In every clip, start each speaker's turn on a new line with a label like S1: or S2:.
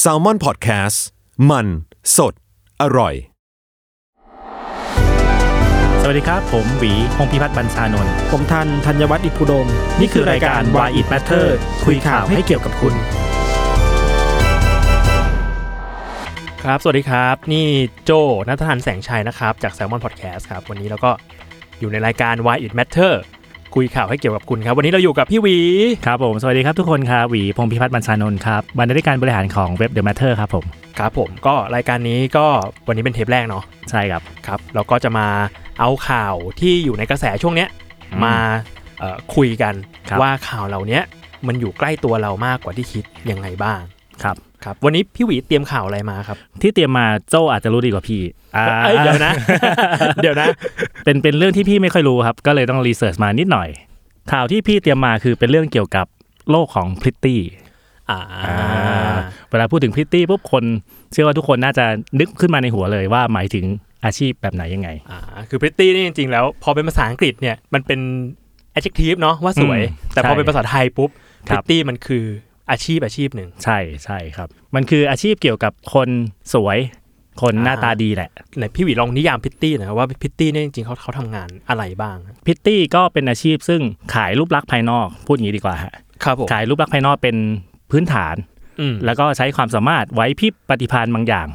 S1: แซลมอนพอดแคสต์มันสดอร่อย
S2: สวัสดีครับ ผมหวีพงพิพัฒน์บรรชานนท์
S3: ผมทันธัญวัฒน์อิพุดม
S2: นี่คือรายการ Why It Matter คุยข่าวให้เกี่ยวกับคุณ ครับ สวัสดีครับ นี่โจนัทธันแสงชัยนะครับ จาก Salmon Podcast ครับ วันนี้เราก็อยู่ในรายการ Why It Matter คุยข่าวให้เกี่ยวกับคุณครับ วันนี้เราอยู่กับพี่หวี
S4: ครับผม สวัสดีครับทุกคนครับหวีพงษ์พิพัฒน์บรรชานนท์ครับบรรณาธิการบริหารของเว็บ The Matter ครับผม
S2: ครับผมก็รายการนี้ก็วันนี้เป็นเทปแรกเนาะ
S4: ใช่ครับ
S2: ครับเราก็จะมาเอาข่าวที่อยู่ในกระแสช่วงเนี้ย
S4: อืม
S2: มาเอ่อคุยกัน
S4: ครับ
S2: ว่าข่าวเหล่าเนี้ยมันอยู่ใกล้ตัวเรามากกว่าที่คิดยังไงบ้าง
S4: ครับ
S2: ครับวันนี้พี่หวีเตรียมข่าวอะไรมาครับ
S4: ที่เตรียมมาโจอาจจะรู้ดีกว่าพี่อ่า
S2: เอ้ยเดี๋ยวนะ เดี๋ยวนะ
S4: เป็นเป็นเรื่องที่พี่ไม่ค่อยรู้ครับ ก็เลยต้องรีเสิร์ชมานิดหน่อย ข่าวที่พี่เตรียมมาคือเป็นเรื่องเกี่ยวกับโลกของพริตตี้
S2: อ่า
S4: เวลาพูดถึงพริตตี้ปุ๊บคน เชื่อว่าทุกคนน่าจะนึกขึ้นมาในหัวเลยว่าหมายถึงอาชีพแบบไหนยังไง
S2: อ่าคือ pretty นี่จริงๆแล้ว พอเป็นภาษาอังกฤษเนี่ยมันเป็น adjective เนาะว่าสวย
S4: อืม
S2: แต่พอ
S4: ใช่
S2: เป็นภาษาไทยปุ๊บ
S4: ครับ
S2: pretty มันคืออาชีพอาชีพหนึ่ง
S4: ใช่ใช่ครับ มันคืออาชีพเกี่ยวกับคนสวย คนหน้าตาดีแหละ
S2: ไหนพี่หวีลองนิยามพิตตี้หน่อยว่าพิตตี้เนี่ยจริงๆเขาเขาทำงานอะไรบ้าง
S4: พิตตี้ก็เป็นอาชีพซึ่งขายรูปลักษณ์ภายนอกพูดอย่างนี้ดีกว่าฮะ
S2: ครับผม
S4: ขายรูปลักษณ์ภายนอกเป็นพื้นฐาน
S2: อืม
S4: แล้วก็ใช้ความสามารถไว้พริบปฏิภาณบางอย่าง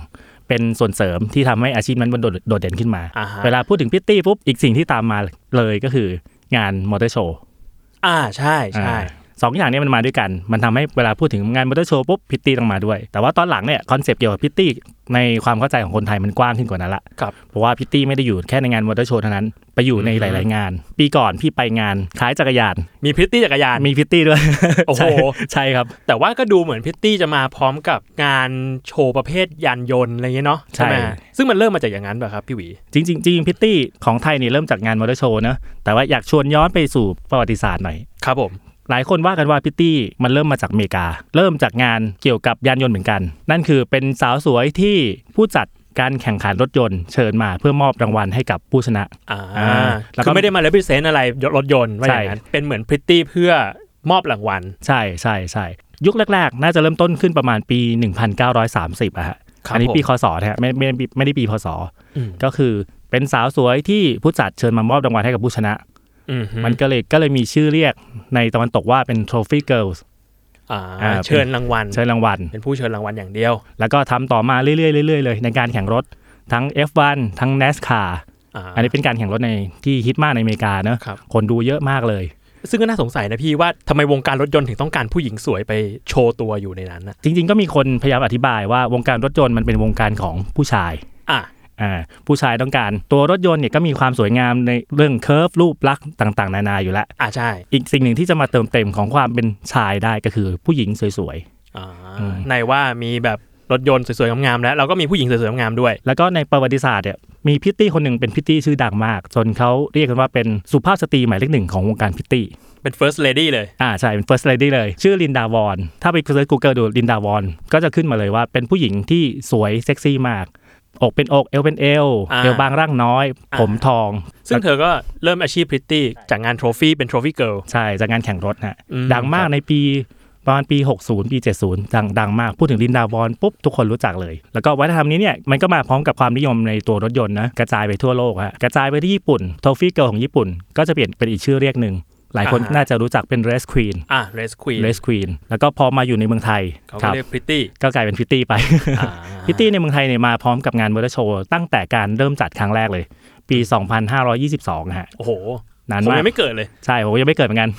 S4: เป็นส่วนเสริมที่ทำให้อาชีพนั้นมันโดดโดดเด่นขึ้นมา
S2: อ่าฮะ
S4: เวลาพูดถึงพิตตี้ปุ๊บอีกสิ่งที่ตามมาเลยก็คืองานมอเตอร์โชว์
S2: อ่าใช่ใช่
S4: อ่าสองอย่างเนี้มันมาด้วยกัน มันทำให้เวลาพูดถึงงานมอเตอร์โชว์ปุ๊บพิตตี้ต้องมาด้วย แต่ว่าตอนหลังเนี่ยคอนเซปต์เกี่ยวกับพิตตี้ในความเข้าใจของคนไทยมันกว้างขึ้นกว่านั้นละ
S2: ครับ
S4: เพราะว่าพิตตี้ไม่ได้อยู่แค่ในงานมอเตอร์โชว์เท่านั้น ไปอยู่ในหลาย ๆ งาน ปีก่อนพี่ไปงานขายจักรยาน
S2: มีพิตตี้จักรยาน
S4: มีพิตตี้ด้วย
S2: โอ้โห
S4: ใช่ใช่ครับ
S2: แต่ว่าก็ดูเหมือนพิตตี้จะมาพร้อมกับงานโชว์ประเภทยานยนต์อะไรอย่างเงี้ยเนาะไหม
S4: ใช่
S2: ซึ่งมันเริ่มมาจากอย่างนั้นป่ะครับพี่หวี
S4: จริงๆจริงๆพิตตี้ของไทยเนี่ยเริ่มจากงานมอเตอร์โชว์นะแต่ว่าอยากชวนย้อนไปสู่ประวัติศาสตร์หน่อย
S2: ครับผม
S4: หลายคนว่ากันว่าพิตตี้มันเริ่มมาจากอเมริกา เริ่มจากงานเกี่ยวกับยานยนต์เหมือนกัน นั่นคือเป็นสาวสวยที่ผู้จัดการแข่งขันรถยนต์เชิญมาเพื่อมอบรางวัลให้กับผู้ชนะ
S2: อ่า
S4: อ่าแล้วก็
S2: คือไม่ได้มา represent อะไรรถยนต์ว่าอย่างนั้น
S4: ใช่
S2: เป็นเหมือนพิตตี้เพื่อมอบรางวัล
S4: ใช่ใช่ใช่ยุคแรก ๆ น่าจะเริ่มต้นขึ้นประมาณปี 1930อะฮะ
S2: ครับ
S4: อันี้
S2: ผม
S4: ปีคศนะฮะไม่ไม่ไม่ไม่ได้ปีพศ
S2: อืม
S4: ก็คือเป็นสาวสวยที่ผู้จัดเชิญมามอบรางวัลให้กับผู้ชนะ
S2: อืม
S4: มันก็เลยก็เลยมีชื่อเรียกในตะวันตกว่าเป็น trophy girls
S2: อ่า
S4: อ่า
S2: เชิญรางวัล
S4: เชิญรางวัล
S2: เป็นผู้เชิญรางวัลอย่างเดียว
S4: แล้วก็ทำต่อมาเรื่อยๆเรื่อยๆเลยในการแข่งรถทั้ง F1 ทั้ง NASCAR
S2: า
S4: อันนี้เป็นการแข่งรถในที่ฮิตมากในอเมริกาเนอะ
S2: ครับ
S4: คนดูเยอะมากเลย
S2: ซึ่งก็น่าสงสัยนะพี่ว่าทำไมวงการรถยนต์ถึงต้องการผู้หญิงสวยไปโชว์ตัวอยู่ในนั้นนะ
S4: จริงๆ ก็มีคนพยายามอธิบายว่าวงการรถยนต์มันเป็นวงการของผู้ชาย
S2: อ่ะ
S4: อ่าผู้ชายต้องการตัวรถยนต์เนี่ยก็มีความสวยงามในเรื่องเคิร์ฟรูปลักษณ์ต่างๆ นานาอยู่แล้ว
S2: อ่ะใช่
S4: อีกสิ่งหนึ่งที่จะมาเติมเต็มของความเป็นชายได้ก็คือผู้หญิงสวย
S2: อ่า
S4: อืม
S2: ในว่ามีแบบรถยนต์สวยๆงามๆแล้วเราก็มีผู้หญิงสวยๆงามๆด้วย
S4: ๆ แล้วก็ในประวัติศาสตร์เนี่ยมีพิตตี้คนหนึ่งเป็นพิตตี้ชื่อดังมาก จนเขาเรียกกันว่าเป็นสุภาพสตรีหมายเลขหนึ่งของวงการพิตตี้
S2: เป็น first lady เลย
S4: อ่าใช่เป็น first lady เลย ชื่อลินดาวอนถ้าไปเซิร์ช Google ดูลินดาวอนก็จะขึ้นมาเลยว่าเป็นผู้หญิงที่สวยเซ็กซี่มากอกเป็นอกเอวเป็นเอว
S2: อ่า
S4: เอวบางร่างน้อย
S2: อ่า
S4: ผมทอง
S2: ซึ่งเธอก็เริ่มอาชีพพริตตี้จากงาน trophy เป็น trophy girl
S4: ใช่จากงานแข่งรถนะฮะ
S2: อืม
S4: ดังมากในปีประมาณปี 60 ปี 70 ดังดังมาก พูดถึงลินดาวอนปุ๊บ ทุกคนรู้จักเลย แล้วก็วัฒนธรรมนี้เนี่ย มันก็มาพร้อมกับความนิยมในตัวรถยนต์นะ กระจายไปทั่วโลกฮะกระจายไปที่ญี่ปุ่นทอฟฟี่เกิลของญี่ปุ่น ก็จะเปลี่ยนเป็นอีกชื่อเรียกหนึ่ง หลายคน
S2: อ่าฮะ
S4: น่าจะรู้จักเป็นเรสควีน
S2: อ่ะ race queen
S4: เรสควีนแล้วก็พอมาอยู่ในเมืองไทย
S2: เขา
S4: ค
S2: ก็
S4: รับ
S2: เรียกพริตตี้
S4: ก็กลายเป็นพิตตี้ไป พิตตี้ในเมืองไทยเนี่ยมาพร้อมกับงานมอเตอร์โชว์ตั้งแต่การเริ่มจัดครั้งแรกเลย ปี 2522ฮะ
S2: โอ้โห
S4: นาน
S2: ผม
S4: มาก
S2: ยังไม่เกิดเลย
S4: ใช่ ผมยังไม่เกิดเหมือนกัน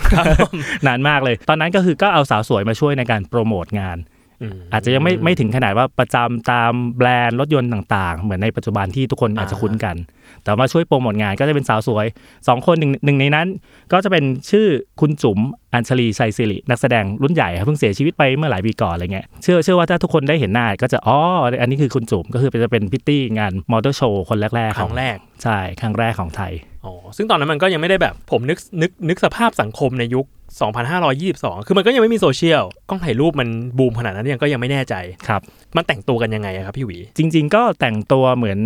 S4: นานมากเลย ตอนนั้นก็คือก็เอาสาวสวยมาช่วยในการโปรโมทงาน
S2: อืม
S4: อาจจะยังไม่ไม่ถึงขนาดว่าประจำตามแบรนด์รถยนต์ต่างๆ เหมือนในปัจจุบันที่ทุกคนอาจจะคุ้นกัน แต่มาช่วยโปรโมทงานก็จะเป็นสาวสวยสองคนหนึ่งหนึ่งในนั้น ก็จะเป็นชื่อคุณจุ๋มอัญชลีชัยศิรินักแสดงรุ่นใหญ่ครับเพิ่งเสียชีวิตไปเมื่อหลายปีก่อนอะไรเงี้ยเชื่อเชื่อว่าถ้าทุกคนได้เห็นหน้าก็จะอ๋ออันนี้คือคุณจุ๋มก็คือจะเป็นพิตตี้งานมอเตอร์โชว์คนแรกๆ
S2: ค
S4: ข
S2: รั้
S4: อง
S2: งแรก
S4: ใช่ครั้งแรกของไทย
S2: อ๋อ ซึ่งตอนนั้นมันก็ยังไม่ได้แบบผมนึกนึกนึกสภาพสังคมในยุค 2522 คือมันก็ยังไม่มีโซเชียล กล้องถ่ายรูปมันบูมขนาดนั้นยังก็ยังไม่แน่ใจ
S4: ครับ
S2: มันแต่งตัวกันยังไงอะครับพี่หวี
S4: จริงๆ ก็แต่งตัวเหมือน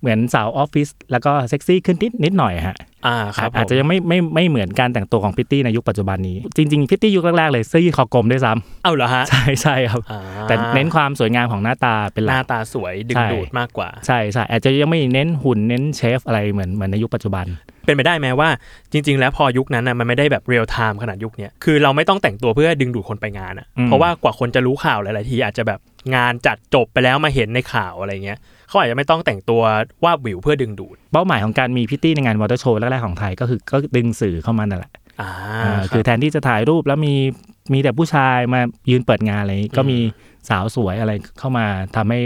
S4: เหมือนสาวออฟฟิศแล้วก็เซ็กซี่ขึ้นนิดนิดหน่อยฮะ
S2: อ่าครับ
S4: อาจจะ
S2: ผม
S4: ยังไม่ไม่ไม่เหมือนการแต่งตัวของพิตตี้ในยุคปัจจุบันนี้ จริง ๆ พิตตี้ยุคแรก ๆ เลยเสื้อยืดคอกลมด้วยซ้ำ
S2: เอาเหรอฮะ
S4: ใช่ใช่ครับ
S2: อ่า
S4: แต่เน้นความสวยงามของหน้าตาเป็นห
S2: ห
S4: ลั
S2: น้าก ตาสวยดึง
S4: ใช่
S2: ดูดมากกว่า
S4: ใช่ใช่อาจจะยังไม่เน้นหุ่นเน้นเชฟอะไรเหมือนเหมือนในยุคปัจจุบัน
S2: เป็นไปได้ไหมว่าจริง ๆ แล้วพอยุคนั้นน่ะมันไม่ได้แบบเรียลไทม์ขนาดยุคเนี้ยคือเราไม่ต้องแต่งตัวเพื่อดึงดูดคนไปงานอ่ะ
S4: อืม
S2: เพราะว่ากว่าคนจะรู้ข่าวหลายๆทีอาจจะแบบงานจัดจบไปแล้วมาเห็นในข่าวอะไรเงี้ยเขาอาจจะไม่ต้องแต่งตัววาบหวิวเพื่อดึงดูด
S4: เป้าหมายของการมีพิตตี้ในงานวอเตอร์โชว์แรก ๆ ของไทยก็คือก็ดึงสื่อเข้ามานั่นแหละ
S2: อ่า
S4: อ่า
S2: คื
S4: คือ อแทนที่จะถ่ายรูปแล้วมีมีแต่ผู้ชายมายืนเปิดงานอะไรอย่างงี้ก็มีสาวสวยอะไรเข้ามาทำให้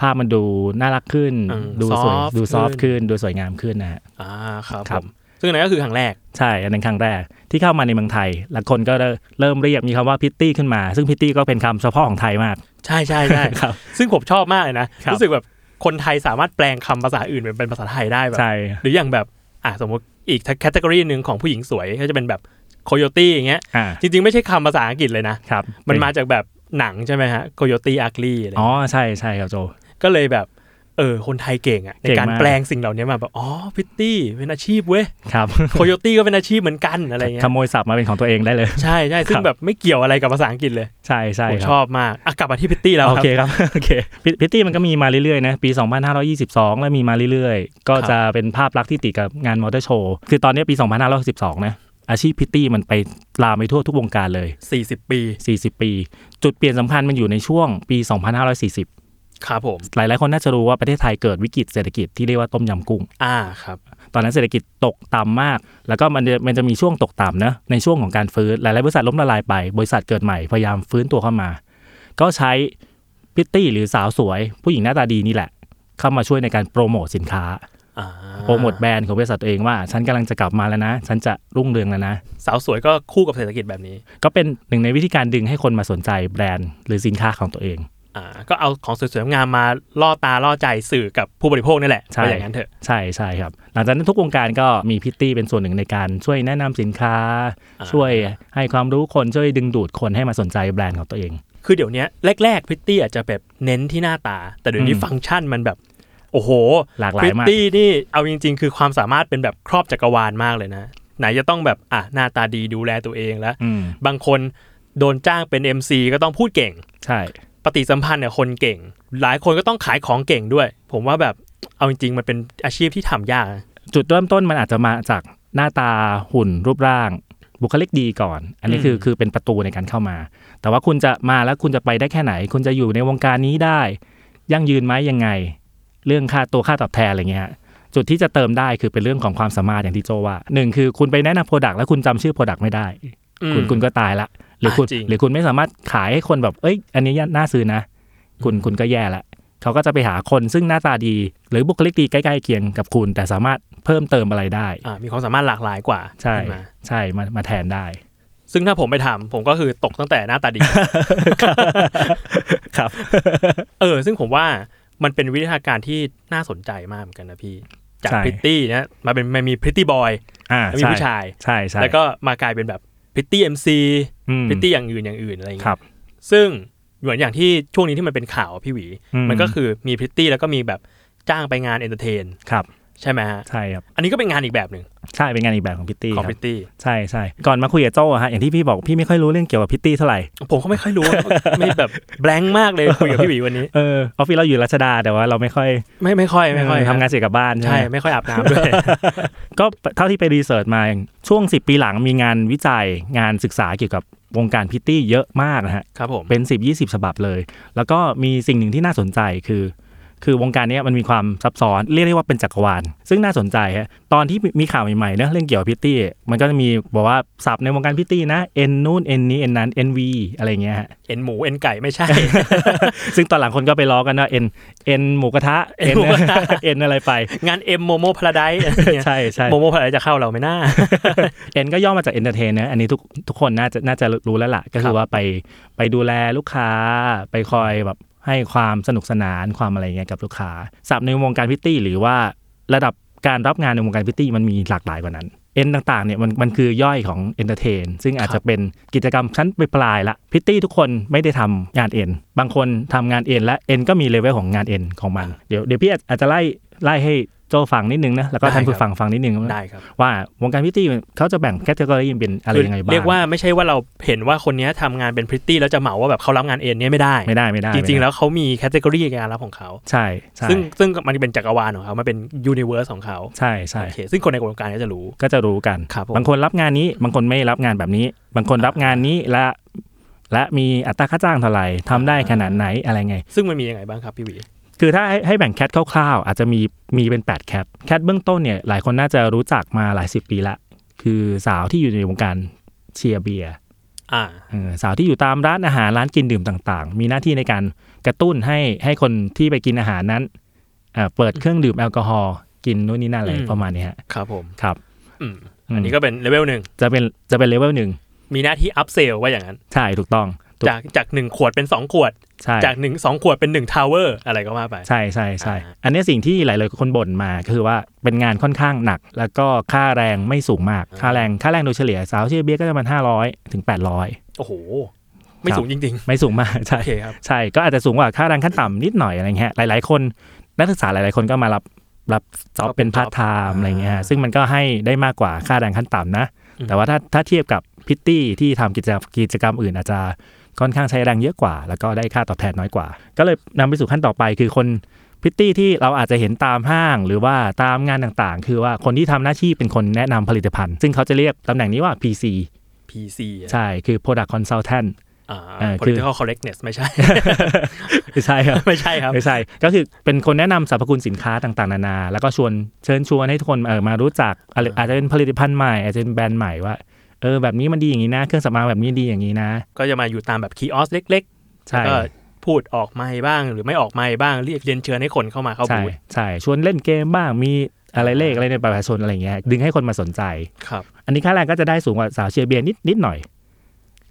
S4: ภาพมันดูน่ารักขึ้น
S2: อืม
S4: ดูสวย
S2: soft
S4: ดูซอฟ
S2: ขึ้น
S4: ขึ้นดูสวยงามขึ้นนะฮะ
S2: อ่าครับ
S4: ค
S2: ผ
S4: รับ
S2: มซึ่งอันนั้นก็คือครั้งแรก
S4: ใช่ อันนั้นครั้งแรกที่เข้ามาในเมืองไทย แล้วคนก็เริ่มเรียกมีคำว่าพิตตี้ขึ้นมา ซึ่งพิตตี้ก็เป็นคำเฉพาะของไทยมาก
S2: ใช่ใช่ใช่
S4: ครับ
S2: ซึ่งผมชอบมากเลยนะครับ รู้สึกแบบคนไทยสามารถแปลงคำภาษาอื่นเป็นภาษาไทยได้แบบ
S4: ใช่
S2: หรืออย่างแบบอ่ะสมมติอีกแคตตากรีหนึ่งของผู้หญิงสวยก็จะเป็นแบบโคโยตี้อย่างเงี้ย
S4: อ่า
S2: จริง ๆ ไม่ใช่คำภาษาอังกฤษเลยนะ
S4: ครับ
S2: มันมาจากแบบหนังใช่ไหมฮะโคโยตี้อาร์คลีอะไร
S4: อ๋อ ใช่ใช่ครับโจ
S2: ก็เลยแบบ เออ คนไทยเก่งอะใน
S4: เก่งมาก
S2: การแปลงสิ่งเหล่านี้มาแบบอ๋อพิตตี้เป็นอาชีพเว้ย
S4: ครับ
S2: โคโยตี้ก็เป็นอาชีพเหมือนกันอะไรเงี้
S4: ข
S2: ย
S4: โมยศัพท์มาเป็นของตัวเองได้เลย
S2: ใช่ใช่ซึ่
S4: ครั
S2: ง
S4: บ
S2: แบบไม่เกี่ยวอะไรกับภาษาอังกฤษเลย
S4: ใช่ใช่
S2: ผม
S4: ค
S2: ช
S4: รับ
S2: อบมากอ่ะกลับมาที่พิตตี้แล้ว
S4: โอ
S2: ครับ
S4: เคครับ โอเคพิพิตตี้มันก็มีมาเรื่อยๆนะ ปี 2522 แล้วมีมาเรื่อยๆ ก็
S2: ครับ
S4: จะเป็นภาพลักษณ์ที่ติดกับงานมอเตอร์โชว์คือตอนนี้ปี 2512นะอาชีพพิตตี้มันไปลามไปทั่วทุกวงการเลย
S2: สี่สิบปี
S4: 40 ปี จุดเปลี่ยนสำคัญมันอยู่ในช่วงปี 2540
S2: ครับผม
S4: หลายๆ คนน่าจะรู้ว่าประเทศไทยเกิดวิกฤตเศรษฐกิจที่เรียกว่าต้มยำกุ้ง
S2: อ่าครับ
S4: ตอนนั้นเศรษฐกิจตกต่ำมาก แล้วก็มันจะมันจะมีช่วงตกต่ำนะ ในช่วงของการฟื้น หลายๆ บริษัทล้มละลายไป บริษัทเกิดใหม่ พยายามฟื้นตัวเข้ามา ก็ใช้พิตตี้หรือสาวสวย ผู้หญิงหน้าตาดีนี่แหละ เข้ามาช่วยในการโปรโมทสินค้า
S2: อ่า
S4: โปรโมทแบรนด์ของบริษัทตัวเองว่า ฉันกำลังจะกลับมาแล้วนะ ฉันจะรุ่งเรืองแล้วนะ
S2: สาวสวยก็คู่กับเศรษฐกิจแบบนี้
S4: ก็เป็นหนึ่งในวิธีการดึงให้คนมาสนใจแบรนด์ หรือสินค้าของตัวเอง
S2: อ่าก็เอาของสวยๆงามมาล่อตาล่อใจสื่อกับผู้บริโภคนี่แหละ
S4: ใช่
S2: ว่าอย่างนั้นเถอะ
S4: ใช่ใช่ครับ หลังจากนั้นทุกวงการก็มีพิตตี้เป็นส่วนหนึ่งในการช่วยแนะนำสินค้า
S2: อ่า
S4: ช่วยให้ความรู้คนช่วยดึงดูดคนให้มาสนใจแบรนด์ของตัวเอง
S2: คือเดี๋ยวเนี้ยแรก ๆพริตตี้อาจจะแบบเน้นที่หน้าตา แต่เดี๋ยวนี้
S4: อืม
S2: ฟังก์ชันมันแบบ โอ้โห
S4: หลากห
S2: พ
S4: ลา
S2: ริ
S4: ย
S2: ต
S4: มาก
S2: ตี้นี่เอาจริง ๆ คือความสามารถเป็นแบบครอบจักรวาลมากเลยนะ ไหนจะต้องแบบอ่ะหน้าตาดีดูแลตัวเองแล้ว
S4: อืม
S2: บางคนโดนจ้างเป็น MC ก็ต้องพูดเก่ง
S4: ใช่
S2: ปฏิสัมพันธ์เนี่ยคนเก่ง หลายคนก็ต้องขายของเก่งด้วย ผมว่าแบบเอาจริงๆมันเป็นอาชีพที่ทำยากนะ
S4: จุดเริ่มต้นมันอาจจะมาจากหน้าตาหุ่นรูปร่าง บุคลิกดีก่อน อันนี้คือคือเป็นประตูในการเข้ามา แต่ว่าคุณจะมาแล้วคุณจะไปได้แค่ไหน คุณจะอยู่ในวงการนี้ได้ ยั่งยืนไหมยังไง เรื่องค่าตัวค่าตอบแทนอะไรเงี้ยฮะจุดที่จะเติมได้คือเป็นเรื่องของความสามารถอย่างที่โจว่าหนึ่งคือคุณไปแนะนำโปรดักต์แล้วคุณจำชื่อโปรดักต์ไม่ได้
S2: อืม
S4: คุณคุณก็ตายละ หรือคุณ
S2: จริง
S4: หรือคุณไม่สามารถขายให้คนแบบ เอ้ย อันนี้น่าซื้อนะ คุณคุณก็แย่ละเขาก็จะไปหาคนซึ่งหน้าตาดี หรือบุคลิกดีใกล้ๆเคียงกับคุณ แต่สามารถเพิ่มเติมอะไรได้
S2: อ่ามีความสามารถหลากหลายกว่า
S4: ใช่
S2: ไหม
S4: ใช่มามาแทนได้
S2: ซึ่งถ้าผมไปทำผมก็คือตกตั้งแต่หน้าตาดี
S4: ครับ
S2: เออ ซึ่งผมว่ามันเป็นวิทยาการที่น่าสนใจมากเหมือนกันนะพี่ จาก
S4: ใช่
S2: พริตตี้นะมาเป็นมันมีพริตตี้บอย
S4: อ่า
S2: มี
S4: ใช่
S2: ผู้ชาย
S4: ใช่ใช่
S2: แล้วก็มากลายเป็นแบบพริตตี้เอ็มซี
S4: อืม
S2: พริตตี้อย่างอื่นอย่างอื่นอะไรอย่าง
S4: ครั
S2: เงี้
S4: บ
S2: ยซึ่งเหมือนอย่างที่ช่วงนี้ที่มันเป็นข่าวอะพี่หวี
S4: อืม
S2: มันก็คือมีพริตตี้แล้วก็มีแบบจ้างไปงานเอนเตอร์เทน
S4: ครับ
S2: ใช่ไหมฮะ
S4: ใช่ครับ
S2: อันนี้ก็เป็นงานอีกแบบหนึ่ง
S4: ใช่เป็นงานอีกแบบของพิตตี้
S2: ของ
S4: ครั
S2: พริ
S4: บ
S2: ตตี้
S4: ใช่ใช่ก่อนมาคุยกับโจ้อะฮะอย่างที่พี่บอกพี่ไม่ค่อยรู้เรื่องเกี่ยวกับพิตตี้เท่าไหร่
S2: ผมก็ไม่ค่อยรู้ ไม่แบบแบงค์มากเลยคุยกับพี่หวีวันนี้
S4: เออออฟฟิศเราอยู่รัชดาแต่ว่าเราไม่ค่อย
S2: ไม่ไม่ค่อยไม่ค่อย
S4: ทำงานเสียกับบ้านใช่
S2: ใช่
S4: ไหม
S2: ไม่ค่อยอาบน้ำด้วย
S4: ก็เท่าที่ไปรีเสิร์ชมาอย่างช่วง 10 ปีหลังมีงานวิจัยงานศึกษาเกี่ยวกับวงการพิตตี้เยอะมากนะฮะ
S2: ครับผม
S4: เป็น 10 20 ฉบับเลย แล้วก็มีสิ่งหนึ่งที่น่าสนใจคือ คือวงการเนี้ยมันมีความซับซ้อน เรียกได้ว่าเป็นจักรวาล ซึ่งน่าสนใจฮะตอนที่มีข่าวใหม่ๆเนอะเรื่องเกี่ยวกับพิตตี้มันก็จะมีบอกว่าศัพท์ในวงการพิตตี้นะ N นู่น N นี้ N นั้น NV อะไรเงี้ยฮะ
S2: เอ็นหมูเอ็นไก่ไม่ใช่
S4: ซึ่งตอนหลังคนก็ไปล้อกันว่า N N หมูกระทะ
S2: N
S4: N
S2: หมูก ระทะ
S4: N อะไรไป
S2: งานเอ็มโมโมพาราได
S4: ใช่ใช่
S2: โมโมพาราไดจะเข้าเราไหม่ น่า
S4: เอ็นก็ย่อมาจาก entertain นะอันนี้ทุกทุกคนน่าจะน่าจะรู้แล้วล่ะ ก็คือว่าไปไปดูแลลูกค้า ไปคอยแบบให้ความสนุกสนานความอะไรเงี้ยกับลูกค้าศัพท์ในวงการพิตตี้หรือว่าระดับการรับงานในวงการพิตตี้มันมีหลากหลายกว่านั้นเอ็นต่างๆเนี่ยมันมันคือย่อยของ entertain ซึ่งอาจ
S2: ครั
S4: จะ
S2: บ
S4: เป็นกิจกรรมชั้นไปปลายๆละพิตตี้ทุกคนไม่ได้ทำงานเอ็นบางคนทำงานเอ็นและเอ็นก็มีเลเวลของงานเอ็นของมันเดี๋ยวเดี๋ยวพี่อาจอาจจะไล่ ไล่ให้โจฟังนิดนึงนะแล้วก็
S2: ได้
S4: ท่านผู้
S2: ครับ
S4: ฟังฟังนิดนึงว่า
S2: ได้ครับ
S4: ว่าวงการพิตตี้เขาจะแบ่งแคตตาล็อเป็นอะไรยังไงบ้าง
S2: เรียกว่าไม่ใช่ว่าเราเห็นว่าคนเนี้ยทำงานเป็นพริตตี้แล้วจะเหมาว่าแบบเขารับงานเอ็นเนี่ยไม่ได้
S4: ไม่ได้ไม่ได้
S2: จริงๆ
S4: ไม่ได้
S2: แล้วเขามีแคตตากรีการรับของเขา
S4: ใช่ใช่
S2: ซึ่งซึ่งมันเป็นจักรวาลของเขา มันเป็นยูนิเวอร์สของเขา
S4: ใช่ใช่
S2: โอเคซึ่งคนในวงการก็จะรู้
S4: ก็จะรู้กัน
S2: ครับผม
S4: บางคนรับงานนี้บางคนไม่รับงานแบบนี้ บางคนรับงานนี้และและมีอัตราค่าจ้างเท่าไหร่ทำได้ขนาดไหนอะไรไง
S2: ซึ่งมันมียังไงบ้างครับพี่หวี
S4: คือถ้าให้ให้แบ่งแคทคร่าวๆ อาจจะมีมีเป็น 8 แคทแคทเบื้องต้นเนี่ยหลายคนน่าจะรู้จักมาหลายสิบปีละ คือสาวที่อยู่ในวงการเชียร์เบียร์
S2: อ่า
S4: เออสาวที่อยู่ตามร้านอาหารร้านกินดื่มต่างๆ มีหน้าที่ในการกระตุ้นให้ให้คนที่ไปกินอาหารนั้นเอ่อเปิดเครื่องดื่มแอลกอฮอล์กินนู่นนี่นั่นอะไร
S2: อืม
S4: ประมาณนี้ฮะ
S2: ครับผม
S4: ครับ
S2: อืม
S4: อืม
S2: อันนี้ก็เป็นเลเวลหนึ่ง
S4: จะเป็นจะเป็นเลเวลหนึ่ง
S2: มีหน้าที่อัพเซลว่าอย่างนั้น
S4: ใช่ถูกต้องถูก
S2: จากจากหนึ่งขวดเป็นสองขวด
S4: ใช่
S2: จากหนึ่งสองขวดเป็นหนึ่งทาวเวอร์อะไรก็ว่าไป
S4: ใช่ใช่ใช่
S2: อ่า
S4: อันนี้สิ่งที่หลายๆคนบ่นมาคือว่าเป็นงานค่อนข้างหนัก แล้วก็ค่าแรงไม่สูงมากค่าแรงค่าแรงโดยเฉลี่ยสาวเชียร์เบียร์ก็จะประมาณ500ถึง800
S2: โอ้โห ไม่
S4: ครับ
S2: สูงจริง
S4: ไม่สูงมาก
S2: ๆ โอ
S4: ใช่
S2: เคครับ
S4: ใช่ก็อาจจะสูงกว่าค่าแรงขั้นต่ำนิดหน่อยอะไรเงี้ยหลาย ๆ คนนักศึกษาหลาย ๆ คนก็มารับรับจ็อบ
S2: ก็เป็
S4: เป็นนพาร์ท
S2: job
S4: ไทม์อะไรเงี้ย
S2: อ่า
S4: ซึ่งมันก็ให้ได้มากกว่าค่าแรงขั้นต่ำนะ
S2: อืม
S4: แต่ว่าถ้าถ้าเทียบกับพิตตี้ที่ทำกิจกรรมกิจกรรมอื่นอาจจะค่อนข้างใช้แรงเยอะกว่า แล้วก็ได้ค่าตอบแทนน้อยกว่า ก็เลยนำไปสู่ขั้นต่อไปคือคนพิตตี้ที่เราอาจจะเห็นตามห้าง หรือว่าตามงานต่างๆ คือว่าคนที่ทำหน้าที่เป็นคนแนะนำผลิตภัณฑ์ ซึ่งเขาจะเรียกตำแหน่งนี้ว่า PC
S2: PC
S4: ใช่คือ Product Consultant
S2: อ่า
S4: เออคือ
S2: political correctness ไม่ใช่
S4: ใช่ครับ
S2: ไม่ใช่ครับ
S4: ไม่ใช่ ก็คือเป็นคนแนะนำสรรพคุณสินค้าต่างๆ นานา แล้วก็ชวนเชิญชวนให้ทุกคนเออมารู้จักอะไรอาจจะเป็นผลิตภัณฑ์ใหม่ อาจจะเป็นแบรนด์ใหม่ว่า เออแบบนี้มันดีอย่างนี้นะ เครื่องสำอางแบบนี้ดีอย่างนี้นะ
S2: ก็จะมาอยู่ตามแบบคีออสเล็กๆ
S4: ใช่
S2: แล้วก็พูดออกไม่บ้างหรือไม่ออกไม่บ้างเรียกเรียนเชิญให้คนเข้ามาเข้า
S4: ใช่
S2: บูธ
S4: ใช่ชวนเล่นเกมบ้าง มีอะไรเลขอะไรในบัตรประชาชนอะไรอย่างเงี้ย ดึงให้คนมาสนใจ
S2: ครับ
S4: อันนี้ค่าแรงก็จะได้สูงกว่าสาวเชียร์เบียร์นิดนิดหน่อย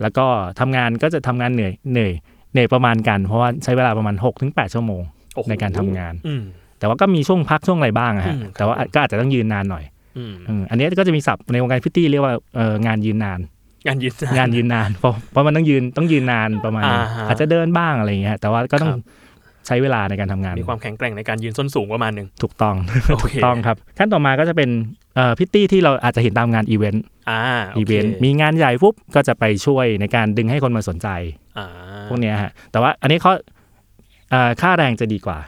S4: แล้วก็ทำงานก็จะทำงานเหนื่อยเหนื่อยเหนื่อยประมาณกัน เพราะว่าใช้เวลาประมาณ6-8ถึงชั่วโมง
S2: โอ้โห
S4: ในการทำงาน
S2: อืม
S4: แต่ว่าก็มีช่วงพักช่วงอะไรบ้างอะฮะ
S2: อืมครับ
S4: แต่ว่าก็อาจจะต้องยืนนานหน่อย
S2: อืม
S4: อืมอันนี้ก็จะมีศัพท์ในวงการพิตตี้เรียกว่าเอ่องานยืนนาน
S2: งานยืนน
S4: งานยืนนานเพราะเพราะมันต้องยืนต้องยืนนานประมาณนึง
S2: อ่าฮะ
S4: อาจจะเดินบ้างอะไรอย่างเงี้ยแต่ว่าก็ต้อ
S2: ค
S4: ง
S2: รับ
S4: ใช้เวลาในการทำงาน
S2: มีความแข็งแกร่งในการยืนส้นสูงประมาณหนึ่ง
S4: ถูกต้อง
S2: โอเค
S4: ถูกต้องครับ ขั้นต่อมาก็จะเป็นเอ่อพิตตี้ที่เราอาจจะเห็นตามงานอีเวนต์
S2: อ่า
S4: อีเวนต์มี
S2: มี
S4: งานใหญ่ปุ๊บก็จะไปช่วยในการดึงให้คนมาสนใจ
S2: อ่า
S4: พวกเนี้ยฮะแต่ว่าอันนี้เขาเอ่อค่าแรงจะดีกว่า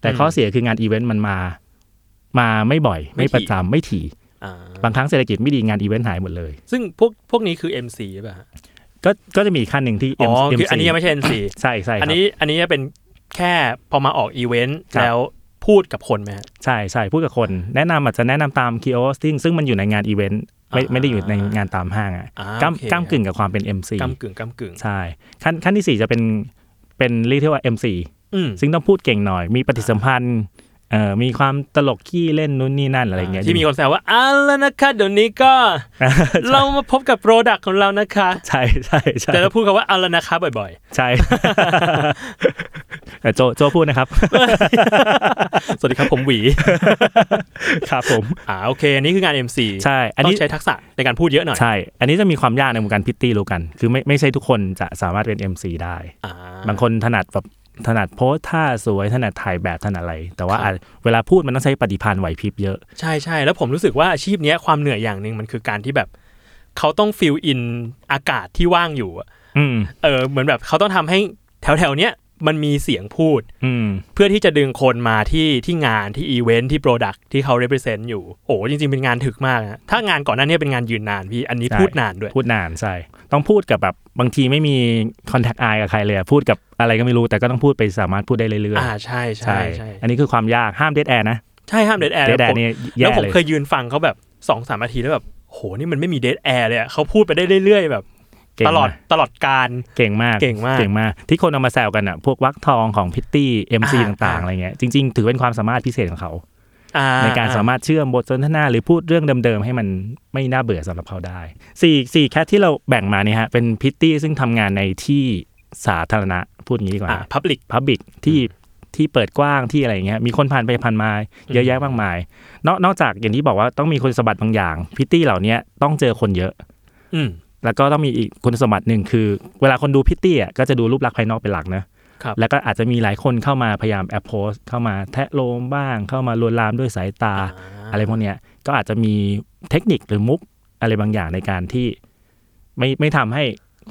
S4: แต่
S2: อืม
S4: ข้อเสียคืองานอีเวนต์มันมามาไม่บ่อย
S2: ไม่
S4: ไม่ป
S2: ถี่
S4: ระจำไม่ถี่
S2: อ่า
S4: บางครั้งเศรษฐกิจไม่ดีงานอีเวนต์หายหมดเลย
S2: ซึ่งพวกพวกนี้คือ MC หรือเปล่าฮะ
S4: ก็ก็จะมีอีกขั้นหนึ่งที่
S2: อ๋อ
S4: MC
S2: คืออันนี้ยังไม่ใช่ MC
S4: ใช่ใช่ครับ
S2: อันนี้อันนี้เป็นแค่พอมาออกอีเวนต์
S4: ครับ
S2: แล้วพูดกับคนไหมฮะ
S4: ใช่ใช่พูดกับคน แนะนำอาจจะแนะนำตามคีโอสซึ่งซึ่งมันอยู่ในงานอีเวนต์ไม่
S2: อ่า
S4: ไม่ได้อยู่ในงานตามห้างอ่ะ
S2: อ่าโอเค
S4: ก้ำก้ำกึ่งกับความเป็น MC
S2: กำกึ่งกำกึ่ง
S4: ใช่ขั้นขั้นที่ 4 จะเป็นเป็นเรียกที่ว่า MC
S2: อืม
S4: ซึ่งต้องพูดเก่งหน่อย มีปฏิสัมพันธ์เอ่อมีความตลกขี้เล่นนู่นนี่นั่นอะไรอย่างเงี้ย
S2: ที่มีคนแซวว่าเอ่ะแล้วนะคะเดี๋ยวนี้ก็ เรามาพบกับโปรดักต์ของเรานะคะ
S4: ใช่ใช่ใช่
S2: แต่เราพูดคำว่าเอาแล้วนะคะบ่อย
S4: ใช่ แต่โจโจพูดนะครับ
S2: ๆ สวัสดีครับผมหวี
S4: ครับผม
S2: อ่าโอเคอันนี้คืองาน MC
S4: ใช่อัน
S2: ต้อ
S4: นี้
S2: งใช้ทักษะในการพูดเยอะหน่อย
S4: ใช่ อันนี้จะมีความยากในวงการพิตตี้รู้กัน คือไม่ไม่ใช่ทุกคนจะสามารถเป็น MC ได้
S2: อ่า
S4: บางคนถนัดแบบถนัดโพสท่าสวย ถนัดถ่ายแบบถนัดอะไร แต่ว่า
S2: ครับ
S4: อาจเวลาพูดมันต้องใช้ปฏิพันธ์ไหวพริบเยอะ
S2: ใช่ใช่แล้วผมรู้สึกว่าอาชีพเนี้ยความเหนื่อยอย่างหนึ่งมันคือการที่แบบ เขาต้องฟิลอินอากาศที่ว่างอยู่อะ
S4: อืม
S2: เออเหมือนแบบเขาต้องทำให้แถวแถวๆเนี้ยมันมีเสียงพูด
S4: อืม
S2: เพื่อที่จะดึงคนมาที่ที่งานที่อีเวนท์ที่โปรดักที่เขา represent อยู่โอ้จริง ๆ เป็นงานถึกมากนะถ้างานก่อนหน้าเนี้เป็นงานยืนนานพี่อันนี้
S4: ใช่
S2: พูดนานด้วย
S4: พูดนานใช่ ต้องพูดกับแบบบางทีไม่มีคอนแทคไอกับใครเลยอะพูดกับอะไรก็ไม่รู้ แต่ก็ต้องพูดไปสามารถพูดได้เรื่อย
S2: อ่าใช่
S4: ๆ
S2: ใช่ใช่
S4: อันนี้คือความยากห้ามเด a แอร์นะ
S2: ใช่ห้ามเดทแอร์
S4: เด a แอ
S2: ผม
S4: ร์นี่แย่
S2: แล้วผม
S4: เลย
S2: เคยยืนฟังเขาแบบสองสามนาทีแล้วแบบโหนี่มันไม่มีเดทแอร์เลยอะเขาพูดไปได้เรื่อยๆแบบ
S4: เก่ง
S2: ตลอด
S4: นะ
S2: ตลอดการ
S4: เก่งมาก
S2: เก่งมาก
S4: ที่คนเอามาแซวกันอ่ะพวกวักทองของพิตตี้เอ็มซี
S2: อ่า
S4: ต่างๆ
S2: อ่า
S4: อะไรเงี้ยจริงๆ ถือเป็นความสามารถพิเศษของเขา
S2: อ่
S4: ในการสามารถเชื่อมบทสนทนาหรือพูดเรื่องเดิมๆ ให้มันไม่น่าเบื่อสำหรับเขาได้สี่สี่แคทที่เราแบ่งมาเนี่ยฮะ เป็นพิตตี้ซึ่งทำงานในที่สาธารณะ พูดงี้ดีกว่า
S2: อ่าพับลิก
S4: พับบิกที่ที่เปิดกว้างที่อะไรอย่างเงี้ยมีคนผ่านไปผ่านมาเยอะแยะมากมาย นอกนอกจากอย่างที่บอกว่าต้องมีคุณสมบัติบางอย่าง พิตตี้เหล่าเนี้ยต้องเจอคนเยอะ
S2: อืม
S4: แล้วก็ต้องมีอีกคุณสมบัติหนึ่งคือ เวลาคนดูพิตตี้อ่ะก็จะดูรูปลักษณ์ภายนอกเป็นหลักนะ
S2: ครับ
S4: แล้วก็อาจจะมีหลายคนเข้ามาพยายามแอบโพสเข้ามาแทะโลมบ้าง เข้ามาลวนลามด้วยสายตา อะไรพวกเนี้ยก็อาจจะมีเทคนิคหรือมุกอะไรบางอย่างในการที่ไม่ไม่ทำให้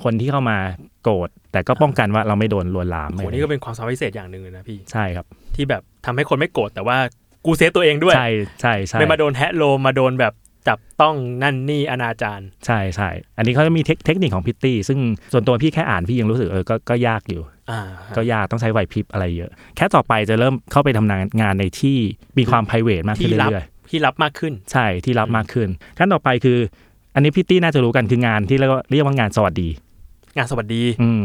S4: คนที่เข้ามาโกรธแต่ก็ป้องกันว่าเราไม่โดนลวนลาม
S2: โหนี่ก็เป็นความสามารถพิเศษอย่างหนึ่งเลยนะพี่
S4: ใช่ครับ
S2: ที่แบบทำให้คนไม่โกรธแต่ว่ากูเซฟตัวเองด้วย
S4: ใช่ใช่ใช่
S2: ไม่มาโดนแฮะโลมมาโดนแบบจับต้องนั่นนี่อนาจาร
S4: ใช่ใช่ อันนี้เขาจะมีเทคเทคนิคของพิตตี้ ซึ่งส่วนตัวพี่แค่อ่านพี่ยังรู้สึกเออก็ก็ยากอยู่
S2: อ่า
S4: ก็ยากต้องใช้ไหวพริบอะไรเยอะ แค่ต่อไปจะเริ่มเข้าไปทำงานงานในที่มีความ p r i v a t มากขึ้
S2: ที่
S4: น
S2: รับ
S4: เรื่อย
S2: ที่รับมากขึ้น
S4: ๆ ใช่ที่รับมากขึ้น ขั้นต่อไปคือ อันนี้พิตตี้น่าจะรู้กันคืองานที่เรียกว่าเรียกว่างานสวัสดี
S2: งานสวัสดี
S4: อืม